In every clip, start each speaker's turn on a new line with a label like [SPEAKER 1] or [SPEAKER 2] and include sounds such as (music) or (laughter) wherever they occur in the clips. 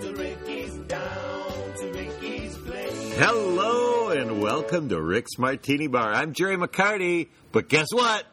[SPEAKER 1] to Ricky's, down to Ricky's Place.
[SPEAKER 2] Hello and welcome to Rick's Martini Bar. I'm Jerry McCarty, but guess what?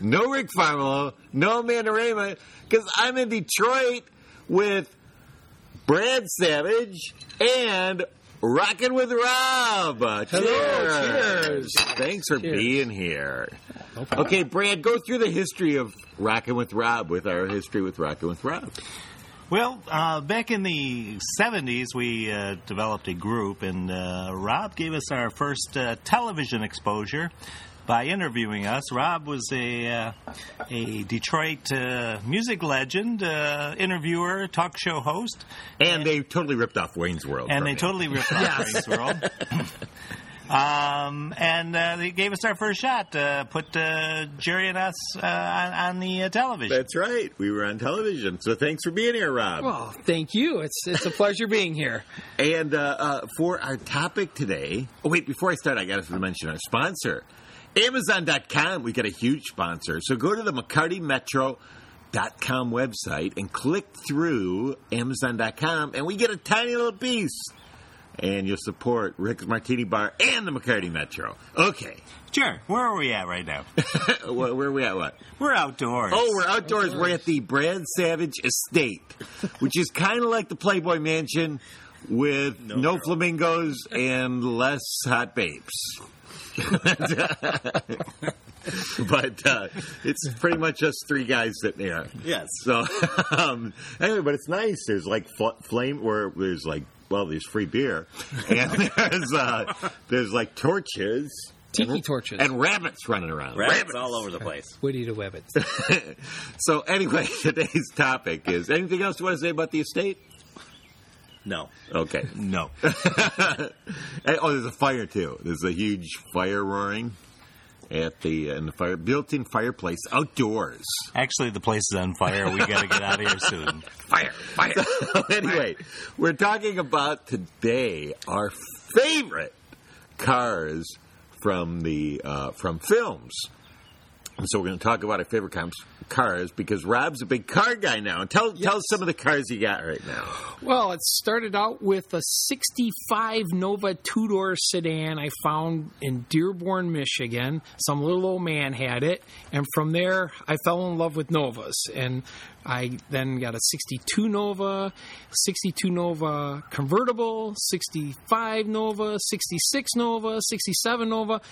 [SPEAKER 2] No Rick Farmelo, no Amanda Raymond, because I'm in Detroit with Brad Savage and Rockin' with Rob.
[SPEAKER 3] Hello, cheers.
[SPEAKER 2] Thanks for
[SPEAKER 3] Cheers.
[SPEAKER 2] being here.
[SPEAKER 3] problem.
[SPEAKER 2] Okay, Brad, go through the history of Rockin' with Rob with our history with Rockin' with Rob.
[SPEAKER 4] Well, uh, back in the 70s, we uh, developed a group, and uh, Rob gave us our first uh, television exposure by interviewing us. Rob was a, uh, a Detroit uh, music legend, uh, interviewer, talk show host,
[SPEAKER 2] And they totally ripped off Wayne's World.
[SPEAKER 4] and
[SPEAKER 2] from
[SPEAKER 4] they
[SPEAKER 2] you.
[SPEAKER 4] totally ripped off
[SPEAKER 5] (laughs)
[SPEAKER 4] Wayne's World. Um, and uh, they gave us our first shot, uh, put uh, Jerry and us uh, on, on the uh, television.
[SPEAKER 2] That's right. We were on television. So thanks for being here, Rob.
[SPEAKER 3] Well, Oh, thank you. It's it's a pleasure being here.
[SPEAKER 2] (laughs) And uh, uh, for our topic today, oh, wait, before I start, I got to mention our sponsor, Amazon.com. We got a huge sponsor. So go to the McCarty Metro. Dot com website and click through Amazon.com and we get a tiny little piece and you'll support Rick's Martini Bar and the McCarty Metro. Okay, (laughs)
[SPEAKER 4] Sure. Where are we at
[SPEAKER 5] (laughs)
[SPEAKER 4] right now?
[SPEAKER 2] where, where are we at? What?
[SPEAKER 4] We're outdoors.
[SPEAKER 2] Oh, we're outdoors. We're at the Brad Savage Estate, which is kind of like the Playboy Mansion with no, flamingos and less hot babes. (laughs) but uh, it's pretty much us three guys sitting there.
[SPEAKER 4] Yes.
[SPEAKER 2] So (laughs) um, anyway, but it's nice. There's like fl- flame, or there's like well, there's free beer, and (laughs) there's uh, there's like torches
[SPEAKER 3] Tiki torches.
[SPEAKER 2] and rabbits running around.
[SPEAKER 5] Rabbits all over the place.
[SPEAKER 3] Woody to Webbins.
[SPEAKER 2] So anyway, (laughs) today's topic is anything else you want to say about the estate?
[SPEAKER 5] No.
[SPEAKER 2] Okay.
[SPEAKER 4] No.
[SPEAKER 2] And- oh, there's a fire too. There's a huge fire roaring at the uh, in the fire built-in fireplace outdoors. (laughs)
[SPEAKER 4] Actually, the place is on fire. We got to get out of here soon.
[SPEAKER 2] Fire, fire. anyway, we're talking about today our favorite cars from the uh, from films. And so we're going to talk about our favorite cars, cars because Rob's a big car guy now. And tell tell us some of the cars you got right now.
[SPEAKER 3] (laughs) Well, it started out with a 65 Nova two door sedan I found in Dearborn, Michigan. Some little old man had it. And from there, I fell in love with Novas. And I then got a 62 Nova, 62 Nova convertible, 65 Nova, 66 Nova, 67 Nova.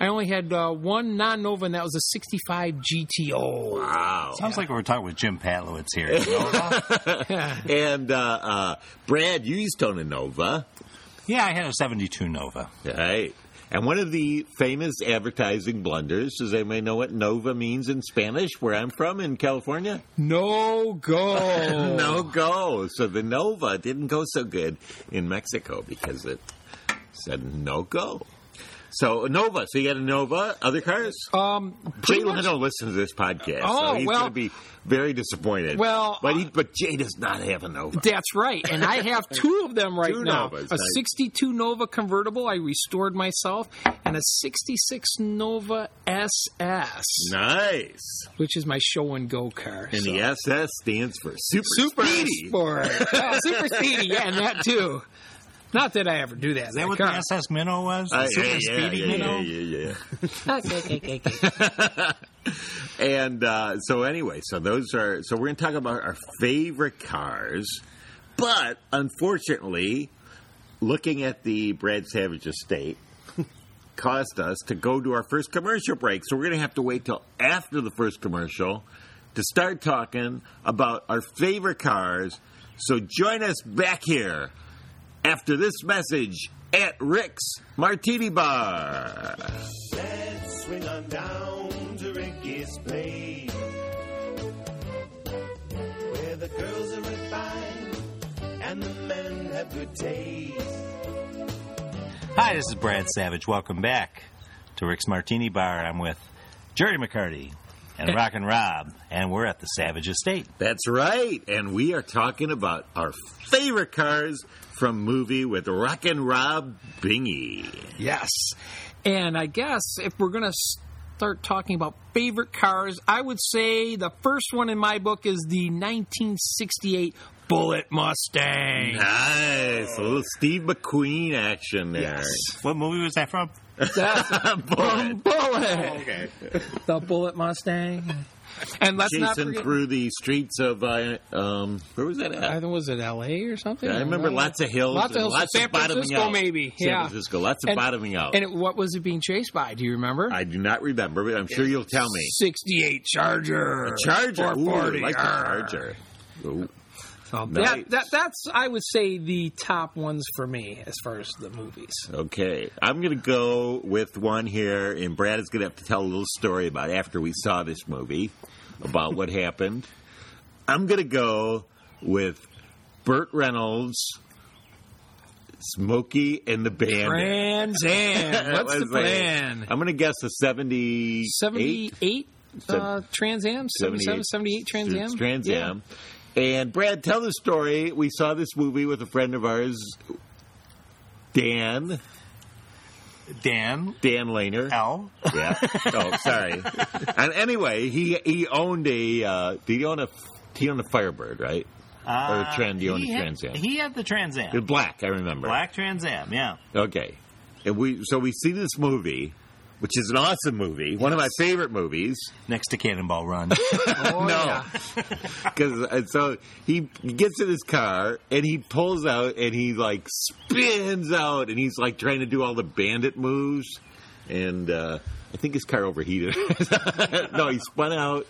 [SPEAKER 3] I only had uh, one non Nova, and that was a 65 GTO.
[SPEAKER 2] Wow.
[SPEAKER 4] (laughs) Sounds like we're talking with Jim Patlowitz here. You know?
[SPEAKER 2] And uh, uh, Brad, you used Tona Nova.
[SPEAKER 4] (laughs) yeah, I had a 72 Nova.
[SPEAKER 2] Right. And one of the famous advertising blunders, does anybody know what Nova means in Spanish, where I'm from in California? (laughs)
[SPEAKER 3] No go.
[SPEAKER 2] No go. So the Nova didn't go so good in Mexico because it said no go. So Nova, so you got a Nova, other cars?
[SPEAKER 3] Um,
[SPEAKER 2] Jay
[SPEAKER 3] pretty much-
[SPEAKER 2] Leno listens to this podcast,
[SPEAKER 3] Oh,
[SPEAKER 2] so he's
[SPEAKER 3] well-
[SPEAKER 2] going to be very disappointed.
[SPEAKER 3] Well, uh,
[SPEAKER 2] but he, but Jay does not have a Nova.
[SPEAKER 3] That's right. And I
[SPEAKER 2] (laughs)
[SPEAKER 3] have two of them right
[SPEAKER 2] Two
[SPEAKER 3] now.
[SPEAKER 2] Novas,
[SPEAKER 3] a
[SPEAKER 2] nice.
[SPEAKER 3] 62 Nova convertible I restored myself and a 66 Nova SS,
[SPEAKER 2] nice.
[SPEAKER 3] which is my show and go car.
[SPEAKER 2] And
[SPEAKER 3] So-
[SPEAKER 2] the SS stands for super,
[SPEAKER 3] Super
[SPEAKER 2] speedy.
[SPEAKER 3] Sport. Oh, super speedy. Yeah, and that too. Not that I ever do that.
[SPEAKER 4] Is that what the SS Minnow was? The
[SPEAKER 2] Uh,
[SPEAKER 4] super speedy Minnow?
[SPEAKER 2] yeah,
[SPEAKER 3] (laughs)
[SPEAKER 2] yeah. and uh, so anyway, so those are so we're going to talk about our favorite cars, but unfortunately, looking at the Brad Savage estate (laughs) caused us to go to our first commercial break. So we're going to have to wait till after the first commercial to start talking about our favorite cars. So join us back here after this message at Rick's Martini Bar.
[SPEAKER 1] Let's swing on down to Ricky's Place, where the girls are refined and the men have good taste.
[SPEAKER 4] Hi, this is Brad Savage. Welcome back to Rick's Martini Bar. I'm with Jerry McCarty, and Rockin' Rob, and we're at the Savage Estate.
[SPEAKER 2] That's right. And we are talking about our favorite cars from movie with Rockin' Rob Bingy.
[SPEAKER 3] Yes. And I guess if we're going to start talking about favorite cars, I would say the first one in my book is the 1968 Bullet Mustang.
[SPEAKER 2] (laughs) Nice. A little Steve McQueen action (laughs) there. Oh,
[SPEAKER 4] What movie was that from?
[SPEAKER 3] That's from
[SPEAKER 2] Bullet.
[SPEAKER 3] (laughs) Bullet.
[SPEAKER 2] Okay.
[SPEAKER 3] The Bullet Mustang. And let's not
[SPEAKER 2] Jason
[SPEAKER 3] forget.
[SPEAKER 2] through the streets of, uh, um, where was that
[SPEAKER 3] I
[SPEAKER 2] at?
[SPEAKER 3] think was it L.A. or something.
[SPEAKER 2] I remember
[SPEAKER 3] don't know.
[SPEAKER 2] lots of hills,
[SPEAKER 3] Lots
[SPEAKER 2] and
[SPEAKER 3] of hills.
[SPEAKER 2] lots
[SPEAKER 3] San
[SPEAKER 2] of bottoming
[SPEAKER 3] Francisco,
[SPEAKER 2] out.
[SPEAKER 3] maybe.
[SPEAKER 2] San
[SPEAKER 3] yeah.
[SPEAKER 2] Francisco, lots of
[SPEAKER 3] And-
[SPEAKER 2] bottoming out.
[SPEAKER 3] And it, what was it being chased by? Do you remember?
[SPEAKER 2] I do not remember, but I'm sure you'll tell me.
[SPEAKER 3] 68 Charger.
[SPEAKER 2] Charger, Ooh, I
[SPEAKER 3] 440.
[SPEAKER 2] like the
[SPEAKER 3] Arr.
[SPEAKER 2] Charger. Ooh.
[SPEAKER 3] So
[SPEAKER 2] Nice.
[SPEAKER 3] that, that, that's, I would say, the top ones for me as far as the movies.
[SPEAKER 2] Okay, I'm going to go with one here, and Brad is going to have to tell a little story about after we saw this movie about
[SPEAKER 3] (laughs)
[SPEAKER 2] what happened. I'm going to go with Burt Reynolds, Smokey and the Bandit. (laughs)
[SPEAKER 3] Trans Am. What's
[SPEAKER 2] That
[SPEAKER 3] the
[SPEAKER 2] was a-
[SPEAKER 3] plan?
[SPEAKER 2] I'm going to guess a 78.
[SPEAKER 3] 78 uh, Trans Am? 77, 78 Trans Am?
[SPEAKER 2] Trans
[SPEAKER 3] Yeah.
[SPEAKER 2] Am. And Brad, tell the story. We saw this movie with a friend of ours, Dan,
[SPEAKER 4] Dan
[SPEAKER 2] Dan Lehner.
[SPEAKER 4] (laughs) L.
[SPEAKER 2] Yeah. Oh, sorry. and anyway, he he owned a uh, did he own a he owned a Firebird, right?
[SPEAKER 4] Uh,
[SPEAKER 2] or Trend, you own
[SPEAKER 4] he
[SPEAKER 2] a
[SPEAKER 4] had-
[SPEAKER 2] Trans Am.
[SPEAKER 4] He had the Trans
[SPEAKER 2] The
[SPEAKER 4] Am.
[SPEAKER 2] black, I remember.
[SPEAKER 4] Black Trans Am, yeah.
[SPEAKER 2] Okay. And we so we see this movie, which is an awesome movie, one of my favorite movies.
[SPEAKER 4] Next to Cannonball (laughs) Run.
[SPEAKER 3] Oh,
[SPEAKER 2] No.
[SPEAKER 3] yeah.
[SPEAKER 2] (laughs) Because and so he gets in his car and he pulls out and he like spins out and he's like trying to do all the bandit moves and uh, I think his car overheated. (laughs) no, he spun out.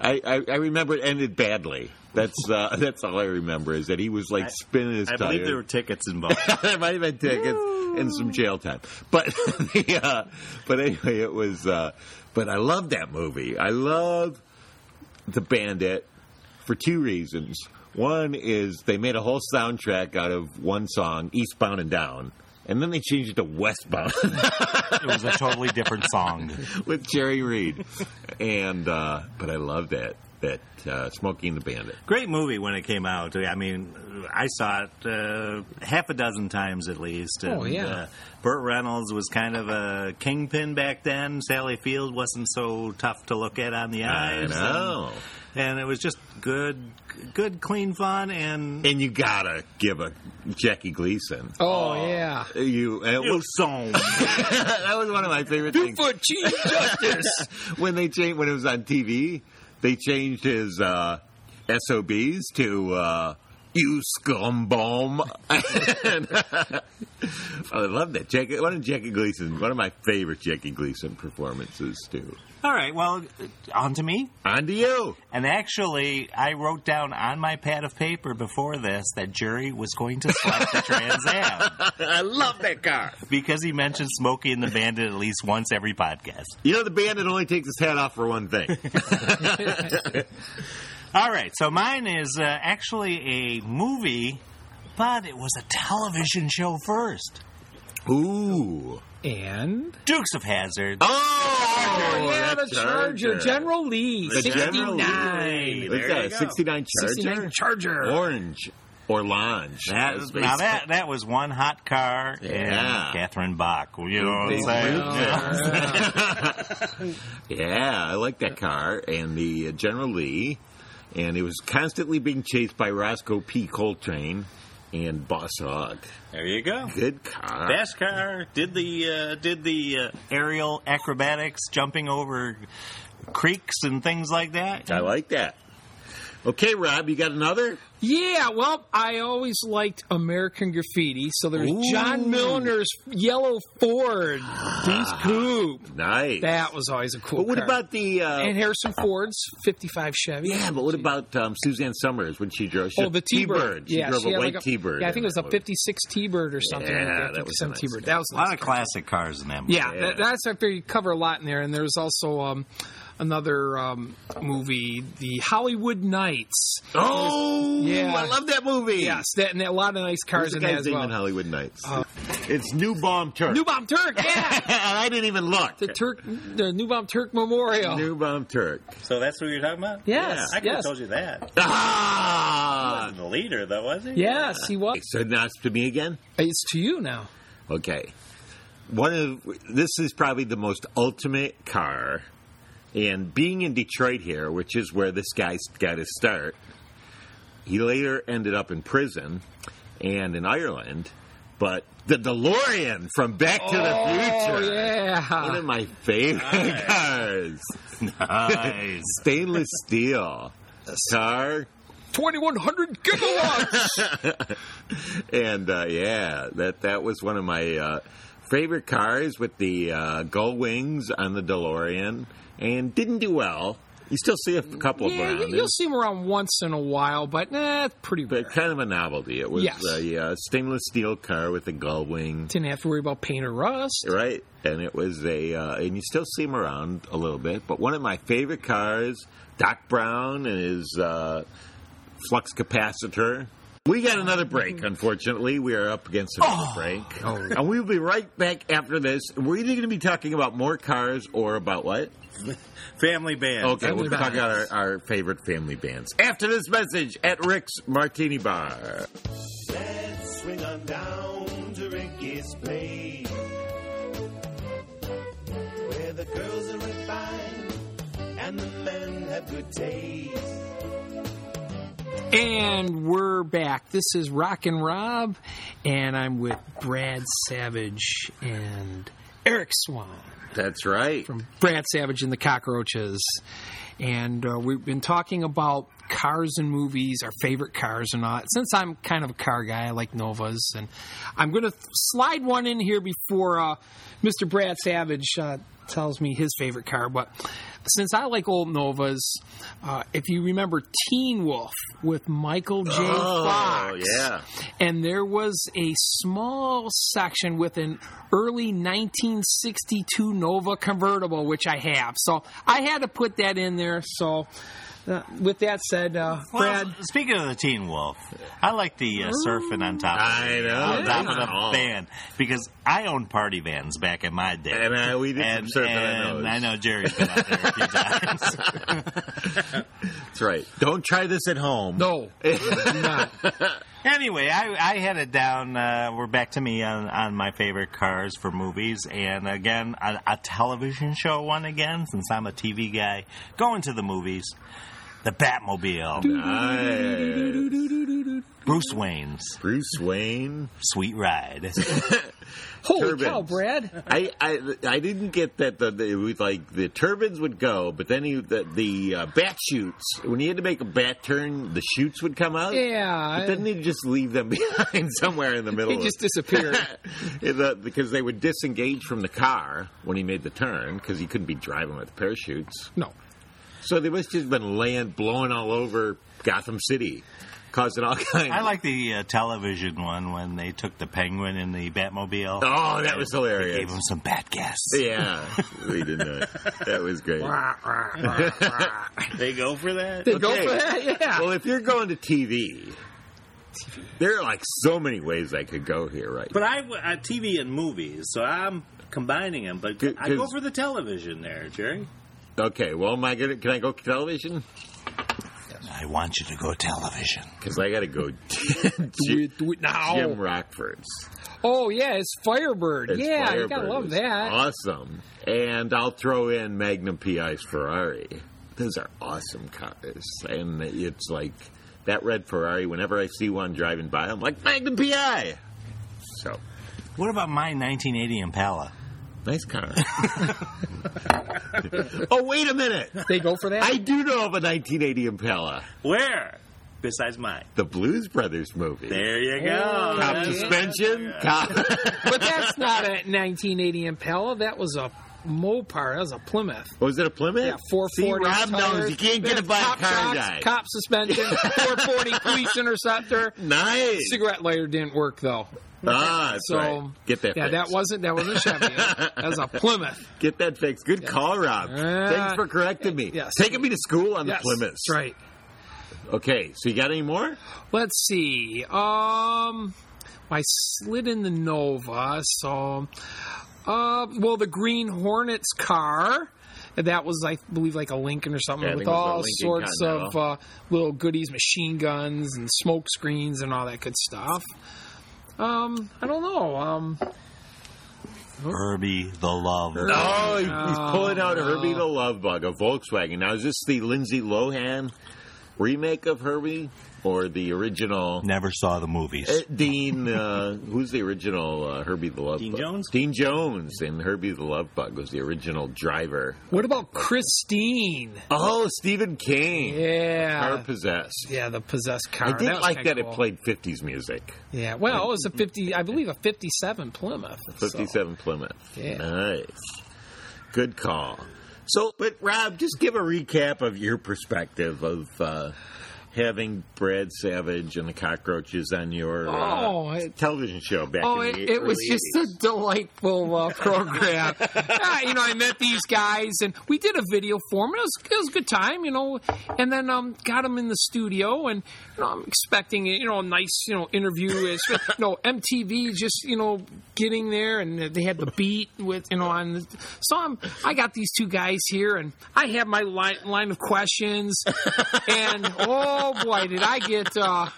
[SPEAKER 2] I, I, I remember it ended badly. That's uh, (laughs) that's all I remember is that he was like spinning his
[SPEAKER 5] I
[SPEAKER 2] tire.
[SPEAKER 5] believe there were tickets involved.
[SPEAKER 2] (laughs) there might have been tickets and some jail time. But (laughs) the, uh, but anyway, it was. Uh, but I love that movie. I love the Bandit for two reasons. One is they made a whole soundtrack out of one song, Eastbound and Down, and then they changed it to Westbound (laughs)
[SPEAKER 4] it was a totally different song.
[SPEAKER 2] with Jerry Reed. And uh, but I love that that uh, Smokey and the Bandit.
[SPEAKER 5] Great movie when it came out. I mean, I saw it uh, half a dozen times at least. uh,
[SPEAKER 3] Oh, yeah.
[SPEAKER 5] Burt Reynolds was kind of a kingpin back then. Sally Field wasn't so tough to look at on the
[SPEAKER 2] I
[SPEAKER 5] eyes.
[SPEAKER 2] know.
[SPEAKER 5] And, and it was just good, good, clean fun. And
[SPEAKER 2] And you gotta give a Jackie Gleason.
[SPEAKER 3] Oh, yeah.
[SPEAKER 2] You and it was
[SPEAKER 5] so
[SPEAKER 2] (laughs) that was one of my favorite things.
[SPEAKER 3] For
[SPEAKER 2] (laughs)
[SPEAKER 3] Chief Justice.
[SPEAKER 2] When they changed, when it was on TV, they changed his uh, SOBs to uh, "You scumbum." (laughs) And, I love that. Jackie, one of Jackie Gleason, one of my favorite Jackie Gleason performances too.
[SPEAKER 4] All right, well, on to me.
[SPEAKER 2] On to you.
[SPEAKER 4] And actually, I wrote down on my pad of paper before this that Jerry was going to slap the
[SPEAKER 2] (laughs)
[SPEAKER 4] Trans Am
[SPEAKER 2] I love that car.
[SPEAKER 4] because he mentioned Smokey and the Bandit at least once every podcast.
[SPEAKER 2] You know the bandit only takes his hat off for one thing.
[SPEAKER 4] All right, so mine is uh, actually a movie, but it was a television show first.
[SPEAKER 2] Ooh.
[SPEAKER 3] And.
[SPEAKER 4] Dukes of Hazard.
[SPEAKER 2] Oh,
[SPEAKER 3] Oh, yeah,
[SPEAKER 2] that
[SPEAKER 3] the Charger. General Lee.
[SPEAKER 2] The
[SPEAKER 3] 69.
[SPEAKER 2] General Lee. Look at that, 69 Charger.
[SPEAKER 3] 69 Charger.
[SPEAKER 2] Orange or Lange.
[SPEAKER 4] That,
[SPEAKER 2] as they
[SPEAKER 4] now
[SPEAKER 2] say.
[SPEAKER 4] that that was one hot car
[SPEAKER 2] Yeah.
[SPEAKER 4] and Catherine Bach. You know what I'm
[SPEAKER 2] Big
[SPEAKER 3] Oh,
[SPEAKER 4] saying?
[SPEAKER 2] wheel.
[SPEAKER 4] (laughs) Yeah.
[SPEAKER 2] Yeah, I like that car and the uh, General Lee, and it was constantly being chased by Roscoe P. Coltrane and Boss Hogg.
[SPEAKER 5] there you go.
[SPEAKER 2] Good car.
[SPEAKER 5] NASCAR did the uh, did the uh,
[SPEAKER 4] Aerial acrobatics, jumping over creeks and things like that.
[SPEAKER 2] I like that. Okay, Rob, you got another?
[SPEAKER 3] Yeah, well, I always liked American Graffiti. So there's
[SPEAKER 2] Ooh.
[SPEAKER 3] John Milner's yellow Ford Deuce Coupe.
[SPEAKER 2] Nice.
[SPEAKER 3] That was always a cool.
[SPEAKER 2] but what
[SPEAKER 3] car.
[SPEAKER 2] about the? Uh,
[SPEAKER 3] and Harrison Ford's '55 Chevy?
[SPEAKER 2] yeah, but what about um, Suzanne Summers when she drove? She
[SPEAKER 3] Oh, the T-Bird.
[SPEAKER 2] She
[SPEAKER 3] yeah,
[SPEAKER 2] drove
[SPEAKER 3] she
[SPEAKER 2] a
[SPEAKER 3] had
[SPEAKER 2] white
[SPEAKER 3] like
[SPEAKER 2] T-Bird.
[SPEAKER 3] Yeah, I
[SPEAKER 2] in
[SPEAKER 3] think it was
[SPEAKER 2] that
[SPEAKER 3] a
[SPEAKER 2] movie.
[SPEAKER 3] '56 T-Bird or something.
[SPEAKER 2] Yeah,
[SPEAKER 3] like that,
[SPEAKER 2] that was a
[SPEAKER 3] 57
[SPEAKER 2] nice
[SPEAKER 3] T-Bird.
[SPEAKER 2] car.
[SPEAKER 3] That was
[SPEAKER 4] A lot of classic cars in that movie.
[SPEAKER 3] Yeah,
[SPEAKER 2] Yeah.
[SPEAKER 3] That, that's after you cover a lot in there. And there's also um, another um, movie, The Hollywood Nights.
[SPEAKER 2] Oh,
[SPEAKER 3] Yeah.
[SPEAKER 2] I love that movie.
[SPEAKER 3] Yes, that and a lot of nice
[SPEAKER 2] Who's
[SPEAKER 3] cars
[SPEAKER 2] the
[SPEAKER 3] in that
[SPEAKER 2] guy's
[SPEAKER 3] as
[SPEAKER 2] name
[SPEAKER 3] well.
[SPEAKER 2] in Hollywood Nights? It's Uh, New (laughs) Bomb Turk.
[SPEAKER 3] New Bomb Turk, yeah.
[SPEAKER 2] and I didn't even look. Oh.
[SPEAKER 3] the Turk, the New Bomb Turk Memorial.
[SPEAKER 2] New Bomb Turk.
[SPEAKER 5] So that's what you're talking about?
[SPEAKER 3] Yes,
[SPEAKER 5] I could
[SPEAKER 3] yes.
[SPEAKER 5] have told you that.
[SPEAKER 2] Ah!
[SPEAKER 5] Wasn't the leader, though, was he?
[SPEAKER 3] yes, he was.
[SPEAKER 2] So now it's to me again?
[SPEAKER 3] It's to you now.
[SPEAKER 2] Okay. One of this is probably the most ultimate car, and being in Detroit here, which is where this guy's got his start, he later ended up in prison and in Ireland. But the DeLorean from Back to the
[SPEAKER 3] Oh
[SPEAKER 2] Future, one
[SPEAKER 3] yeah.
[SPEAKER 2] of my favorite (laughs) cars,
[SPEAKER 5] Nice.
[SPEAKER 2] stainless steel car.
[SPEAKER 3] Twenty one hundred
[SPEAKER 5] (laughs)
[SPEAKER 3] gigawatts.
[SPEAKER 2] and uh, yeah, that that was one of my uh, favorite cars with the uh, gull wings on the DeLorean, and didn't do well. You still see a couple of
[SPEAKER 3] yeah, you,
[SPEAKER 2] them,
[SPEAKER 3] you'll see him around once in a while, but nah, it's pretty rare.
[SPEAKER 2] but kind of a novelty. It was
[SPEAKER 3] Yes.
[SPEAKER 2] a uh, stainless steel car with a gull wing,
[SPEAKER 3] Didn't have to worry about paint or rust.
[SPEAKER 2] right? And it was a, uh, and you still see them around a little bit. But one of my favorite cars, Doc Brown and his uh, flux capacitor. We got another break, unfortunately. We are up against another break. And we'll be right back after this. We're either going to be talking about more cars or about what?
[SPEAKER 5] Family band.
[SPEAKER 2] Okay, we'll
[SPEAKER 3] Family
[SPEAKER 2] talk about our, our favorite family bands. After this message at Rick's Martini Bar.
[SPEAKER 1] Let's swing on down to Ricky's place, where the girls are refined and the men have good taste.
[SPEAKER 3] And we're back. This is Rock and Rob, and I'm with Brad Savage and Eric Swan
[SPEAKER 2] That's right.
[SPEAKER 3] from Brad Savage and the Cockroaches. And uh, we've been talking about cars and movies, our favorite cars and all. Since I'm kind of a car guy, I like Novas, and I'm going to slide one in here before uh, Mr. Brad Savage uh, tells me his favorite car. But since I like old Novas, uh, if you remember Teen Wolf with Michael J. Fox,
[SPEAKER 2] Oh, yeah.
[SPEAKER 3] and there was a small section with an early 1962 Nova convertible, which I have. So I had to put that in there. So, uh, with that said, uh,
[SPEAKER 4] Well,
[SPEAKER 3] Brad,
[SPEAKER 4] speaking of the Teen Wolf, I like the uh, surfing on top. Of
[SPEAKER 2] I know.
[SPEAKER 4] on top of the
[SPEAKER 2] Oh.
[SPEAKER 4] van because I owned party vans back in my day.
[SPEAKER 2] And uh, we did
[SPEAKER 4] and,
[SPEAKER 2] some surfing on
[SPEAKER 4] and
[SPEAKER 2] those.
[SPEAKER 4] I know Jerry's been out there a
[SPEAKER 2] (laughs)
[SPEAKER 4] few times.
[SPEAKER 2] That's right. Don't try this at home. (laughs)
[SPEAKER 3] no, not.
[SPEAKER 4] Anyway, I, I had it down. Uh, we're back to me on, on my favorite cars for movies, and again, a, a television show one again, since I'm a TV guy. Going to the movies, the Batmobile,
[SPEAKER 2] Nice.
[SPEAKER 4] Bruce Wayne's
[SPEAKER 2] Bruce Wayne.
[SPEAKER 4] Sweet Ride.
[SPEAKER 3] Holy
[SPEAKER 2] Turbines.
[SPEAKER 3] cow, Brad!
[SPEAKER 2] I, I, I didn't get that the, the it was like the turbines would go, but then he, the, the uh, bat shoots. When he had to make a bat turn, the shoots would come out.
[SPEAKER 3] Yeah,
[SPEAKER 2] But then he'd just leave them (laughs) behind somewhere in the middle.
[SPEAKER 3] it
[SPEAKER 2] of- (laughs)
[SPEAKER 3] just disappeared.
[SPEAKER 2] In the- because they would disengage from the car when he made the turn because he couldn't be driving with parachutes.
[SPEAKER 3] no,
[SPEAKER 2] So they must have been land blowing all over Gotham City, causing all kinds.
[SPEAKER 4] I like the uh, television one when they took the Penguin in the Batmobile.
[SPEAKER 2] Oh, that was
[SPEAKER 4] They gave
[SPEAKER 2] hilarious.
[SPEAKER 4] him some bat gas.
[SPEAKER 2] (laughs) Yeah, we did not. That was great.
[SPEAKER 5] They go for that?
[SPEAKER 3] they go
[SPEAKER 2] Okay.
[SPEAKER 3] for that. Yeah,
[SPEAKER 2] Well, if you're going to TV, there are like so many ways I could go here, right?
[SPEAKER 5] (laughs) But I, uh, TV and movies, so I'm combining them, but
[SPEAKER 2] C-
[SPEAKER 5] I go
[SPEAKER 2] 'cause-
[SPEAKER 5] for the television there, Jerry.
[SPEAKER 2] okay, well, am I gonna? Can I go television?
[SPEAKER 4] I want you to go television.
[SPEAKER 2] Because I got to go. (laughs)
[SPEAKER 3] do
[SPEAKER 2] Jim,
[SPEAKER 3] it, do it now.
[SPEAKER 2] Jim Rockford's.
[SPEAKER 3] Oh yeah, it's Firebird.
[SPEAKER 2] It's
[SPEAKER 3] yeah, you
[SPEAKER 2] Firebird.
[SPEAKER 3] gotta love
[SPEAKER 2] It's
[SPEAKER 3] that.
[SPEAKER 2] Awesome. And I'll throw in Magnum PI's Ferrari. Those are awesome cars, and it's like that red Ferrari. Whenever I see one driving by, I'm like Magnum PI. So
[SPEAKER 4] What about my 1980 Impala?
[SPEAKER 2] nice car. (laughs) oh wait a minute!
[SPEAKER 3] They go for that.
[SPEAKER 2] I do know of a 1980 Impala,
[SPEAKER 5] Where? Besides mine.
[SPEAKER 2] the Blues Brothers movie.
[SPEAKER 5] There you go.
[SPEAKER 3] Oh,
[SPEAKER 2] Cop
[SPEAKER 3] yeah.
[SPEAKER 2] suspension, cop. (laughs)
[SPEAKER 3] but that's not a 1980 Impala. That was a Mopar. That was a Plymouth.
[SPEAKER 2] Was Oh, it a Plymouth?
[SPEAKER 3] Yeah, 440.
[SPEAKER 2] See, Rob
[SPEAKER 3] tires.
[SPEAKER 2] knows you can't get a
[SPEAKER 3] That's
[SPEAKER 2] bike
[SPEAKER 3] cop
[SPEAKER 2] car
[SPEAKER 3] shocks,
[SPEAKER 2] guy.
[SPEAKER 3] Cop
[SPEAKER 2] (laughs)
[SPEAKER 3] suspension, 440 police interceptor.
[SPEAKER 2] Nice.
[SPEAKER 3] Cigarette lighter didn't work though.
[SPEAKER 2] Ah, that's
[SPEAKER 3] So
[SPEAKER 2] right. Get that.
[SPEAKER 3] Yeah,
[SPEAKER 2] fixed.
[SPEAKER 3] that wasn't that wasn't a Chevy. that was a Plymouth.
[SPEAKER 2] Get that fixed. Good call, Rob.
[SPEAKER 3] Yeah.
[SPEAKER 2] Thanks for correcting me.
[SPEAKER 3] Yes.
[SPEAKER 2] Taking me to school on
[SPEAKER 3] Yes,
[SPEAKER 2] (laughs) the Plymouth.
[SPEAKER 3] that's right.
[SPEAKER 2] Okay, so you got any more?
[SPEAKER 3] Let's see. Um, I slid in the Nova, so uh, well, the Green Hornets car. That was, I believe, like a Lincoln or something
[SPEAKER 2] Yeah, I
[SPEAKER 3] with
[SPEAKER 2] think it was a
[SPEAKER 3] all
[SPEAKER 2] Lincoln
[SPEAKER 3] sorts of
[SPEAKER 2] Continental.
[SPEAKER 3] uh, little goodies, machine guns and smoke screens and all that good stuff. Um, I don't know. Um,
[SPEAKER 4] Herbie the Love.
[SPEAKER 2] Oh, he's pulling out
[SPEAKER 3] no.
[SPEAKER 2] Herbie the Love Bug, a Volkswagen. Now, is this the Lindsay Lohan remake of Herbie or the original?
[SPEAKER 4] Never saw the movies.
[SPEAKER 2] Uh, Dean, uh, who's the original uh, Herbie the Love
[SPEAKER 5] Dean
[SPEAKER 2] Bug?
[SPEAKER 5] Jones?
[SPEAKER 2] Dean Jones and Herbie the Love Bug was the original driver.
[SPEAKER 3] what about Christine?
[SPEAKER 2] Oh, Stephen King. Car
[SPEAKER 3] Yeah,
[SPEAKER 2] Possessed.
[SPEAKER 3] yeah, the possessed car.
[SPEAKER 2] I did
[SPEAKER 3] was
[SPEAKER 2] like
[SPEAKER 3] kinda
[SPEAKER 2] that
[SPEAKER 3] cool.
[SPEAKER 2] it played 50s music.
[SPEAKER 3] Yeah, well, it was a fifty, I believe, a fifty-seven Plymouth. so-
[SPEAKER 2] 57 Plymouth.
[SPEAKER 3] Yeah.
[SPEAKER 2] Nice. Good call. So, but Rob, just give a recap of your perspective of uh, having Brad Savage and the Cockroaches on your uh,
[SPEAKER 3] Oh, it-
[SPEAKER 2] television show back
[SPEAKER 3] Oh,
[SPEAKER 2] in
[SPEAKER 3] it,
[SPEAKER 2] the
[SPEAKER 3] it was
[SPEAKER 2] early
[SPEAKER 3] just
[SPEAKER 2] 80s.
[SPEAKER 3] a delightful uh, program. Ah, you know, I met these guys, and we did a video for them. It was, it was a good time, you know. And then um, got them in the studio, and you know, I'm expecting you know a nice you know interview. It's, you (laughs) know, MTV just you know getting there, and they had the beat with you know on. The, so I'm I got these two guys here, and I have my line, line of questions, and oh boy, did I get. Uh,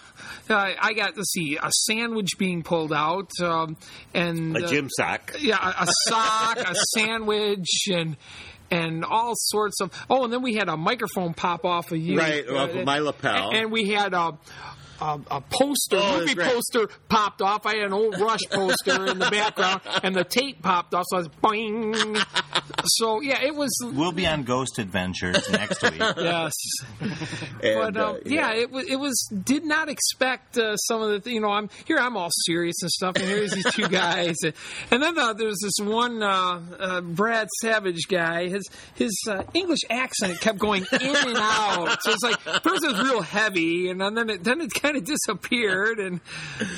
[SPEAKER 3] uh, I got to see a sandwich being pulled out, um, and
[SPEAKER 2] a
[SPEAKER 3] uh,
[SPEAKER 2] gym sock.
[SPEAKER 3] yeah, a, a sock, a sandwich, and and all sorts of. Oh, and then we had a microphone pop off of you,
[SPEAKER 2] Right, off of my lapel.
[SPEAKER 3] and, and we had a. A, a poster,
[SPEAKER 2] Oh,
[SPEAKER 3] movie
[SPEAKER 2] that's right.
[SPEAKER 3] poster popped off. I had an old Rush poster in the background, and the tape popped off. So I was boing. So yeah, it
[SPEAKER 2] (laughs)
[SPEAKER 3] was
[SPEAKER 4] We'll be on Ghost Adventures next week.
[SPEAKER 3] yes.
[SPEAKER 2] And,
[SPEAKER 3] But um,
[SPEAKER 2] uh,
[SPEAKER 3] yeah, it was it was did not expect uh, some of the th- you know I'm here I'm all serious and stuff and here's
[SPEAKER 2] (laughs)
[SPEAKER 3] these two guys and, and then uh, there's this one uh, uh, Brad Savage guy his his uh, English accent kept going in
[SPEAKER 2] (laughs)
[SPEAKER 3] and out so it's like first it was real heavy and then it then it kind of disappeared and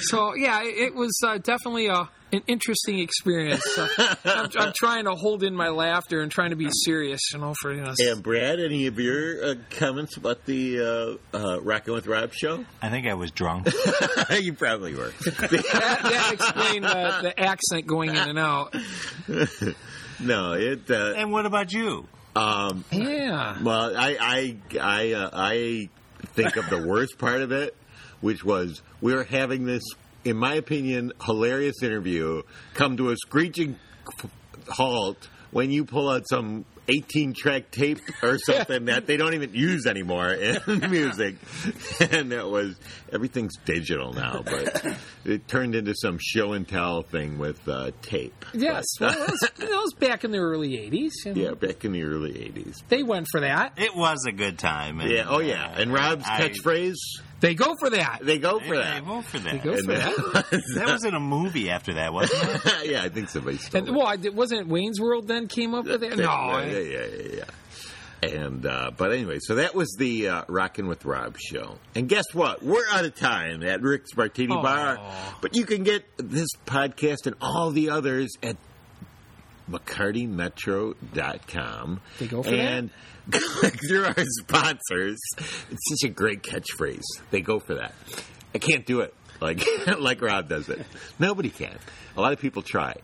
[SPEAKER 3] so yeah it, it was uh, definitely a an interesting experience. So I'm, I'm trying to hold in my laughter and trying to be serious, you know, for you know.
[SPEAKER 2] And Brad, any of your uh, comments about the uh, uh, Rockin' with Rob show?
[SPEAKER 4] I think I was drunk.
[SPEAKER 2] (laughs) you probably were.
[SPEAKER 3] that, that explained the, the accent going in and out.
[SPEAKER 2] no, it. Uh,
[SPEAKER 4] and what about you?
[SPEAKER 2] um,
[SPEAKER 3] Yeah.
[SPEAKER 2] Well, I I I, uh, I think of the worst part of it, which was we were having this, in my opinion, hilarious interview come to a screeching halt when you pull out some. 18 track tape or something that they don't even use anymore in (laughs) music. And it was, everything's digital now, but it turned into some show and tell thing with uh, tape.
[SPEAKER 3] Yes. Well, that was, that was back in the early 80s. you know.
[SPEAKER 2] uh, Yeah, back in the early 80s.
[SPEAKER 3] They went for that.
[SPEAKER 4] It was a good time. and,
[SPEAKER 2] Yeah. Oh, yeah. And
[SPEAKER 4] uh,
[SPEAKER 2] Rob's
[SPEAKER 4] I-
[SPEAKER 2] catchphrase,
[SPEAKER 3] They go for that.
[SPEAKER 2] they go
[SPEAKER 4] Hey,
[SPEAKER 2] for that.
[SPEAKER 4] they vote for that.
[SPEAKER 3] go
[SPEAKER 2] And
[SPEAKER 3] for
[SPEAKER 2] that
[SPEAKER 4] That was in a movie after that, wasn't it?
[SPEAKER 2] was- (laughs) yeah, I think somebody stole
[SPEAKER 3] And,
[SPEAKER 2] it.
[SPEAKER 3] well, I did- wasn't it Wayne's World then came up with it? No.
[SPEAKER 2] Yeah, yeah, yeah, yeah, yeah. And uh, but anyway, so that was the uh, Rockin' with Rob show. And guess what? We're out of time at Rick's Martini
[SPEAKER 3] Aw.
[SPEAKER 2] Bar. But you can get this podcast and all the others at McCartyMetro.com.
[SPEAKER 3] They go for that?
[SPEAKER 2] and (laughs) click through our sponsors. It's such a great catchphrase. They go for that. I can't do it like (laughs) like Rob does it. Nobody can. A lot of people try.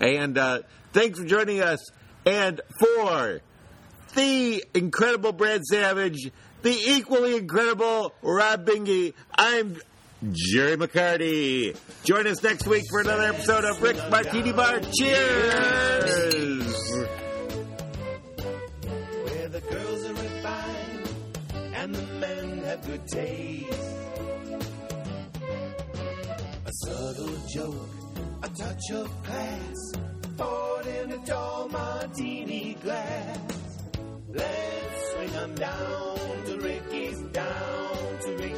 [SPEAKER 2] And uh, thanks for joining us. And for the incredible Brad Savage, the equally incredible Rob Bingy, I'm Jerry McCarty. Join us next week for another episode of Rick's Martini Bar. Cheers!
[SPEAKER 1] where the girls are refined and the men have good taste. A subtle joke, a touch of class, poured in a tall martini glass. Let's swing 'em down to Ricky's, down to Ricky's.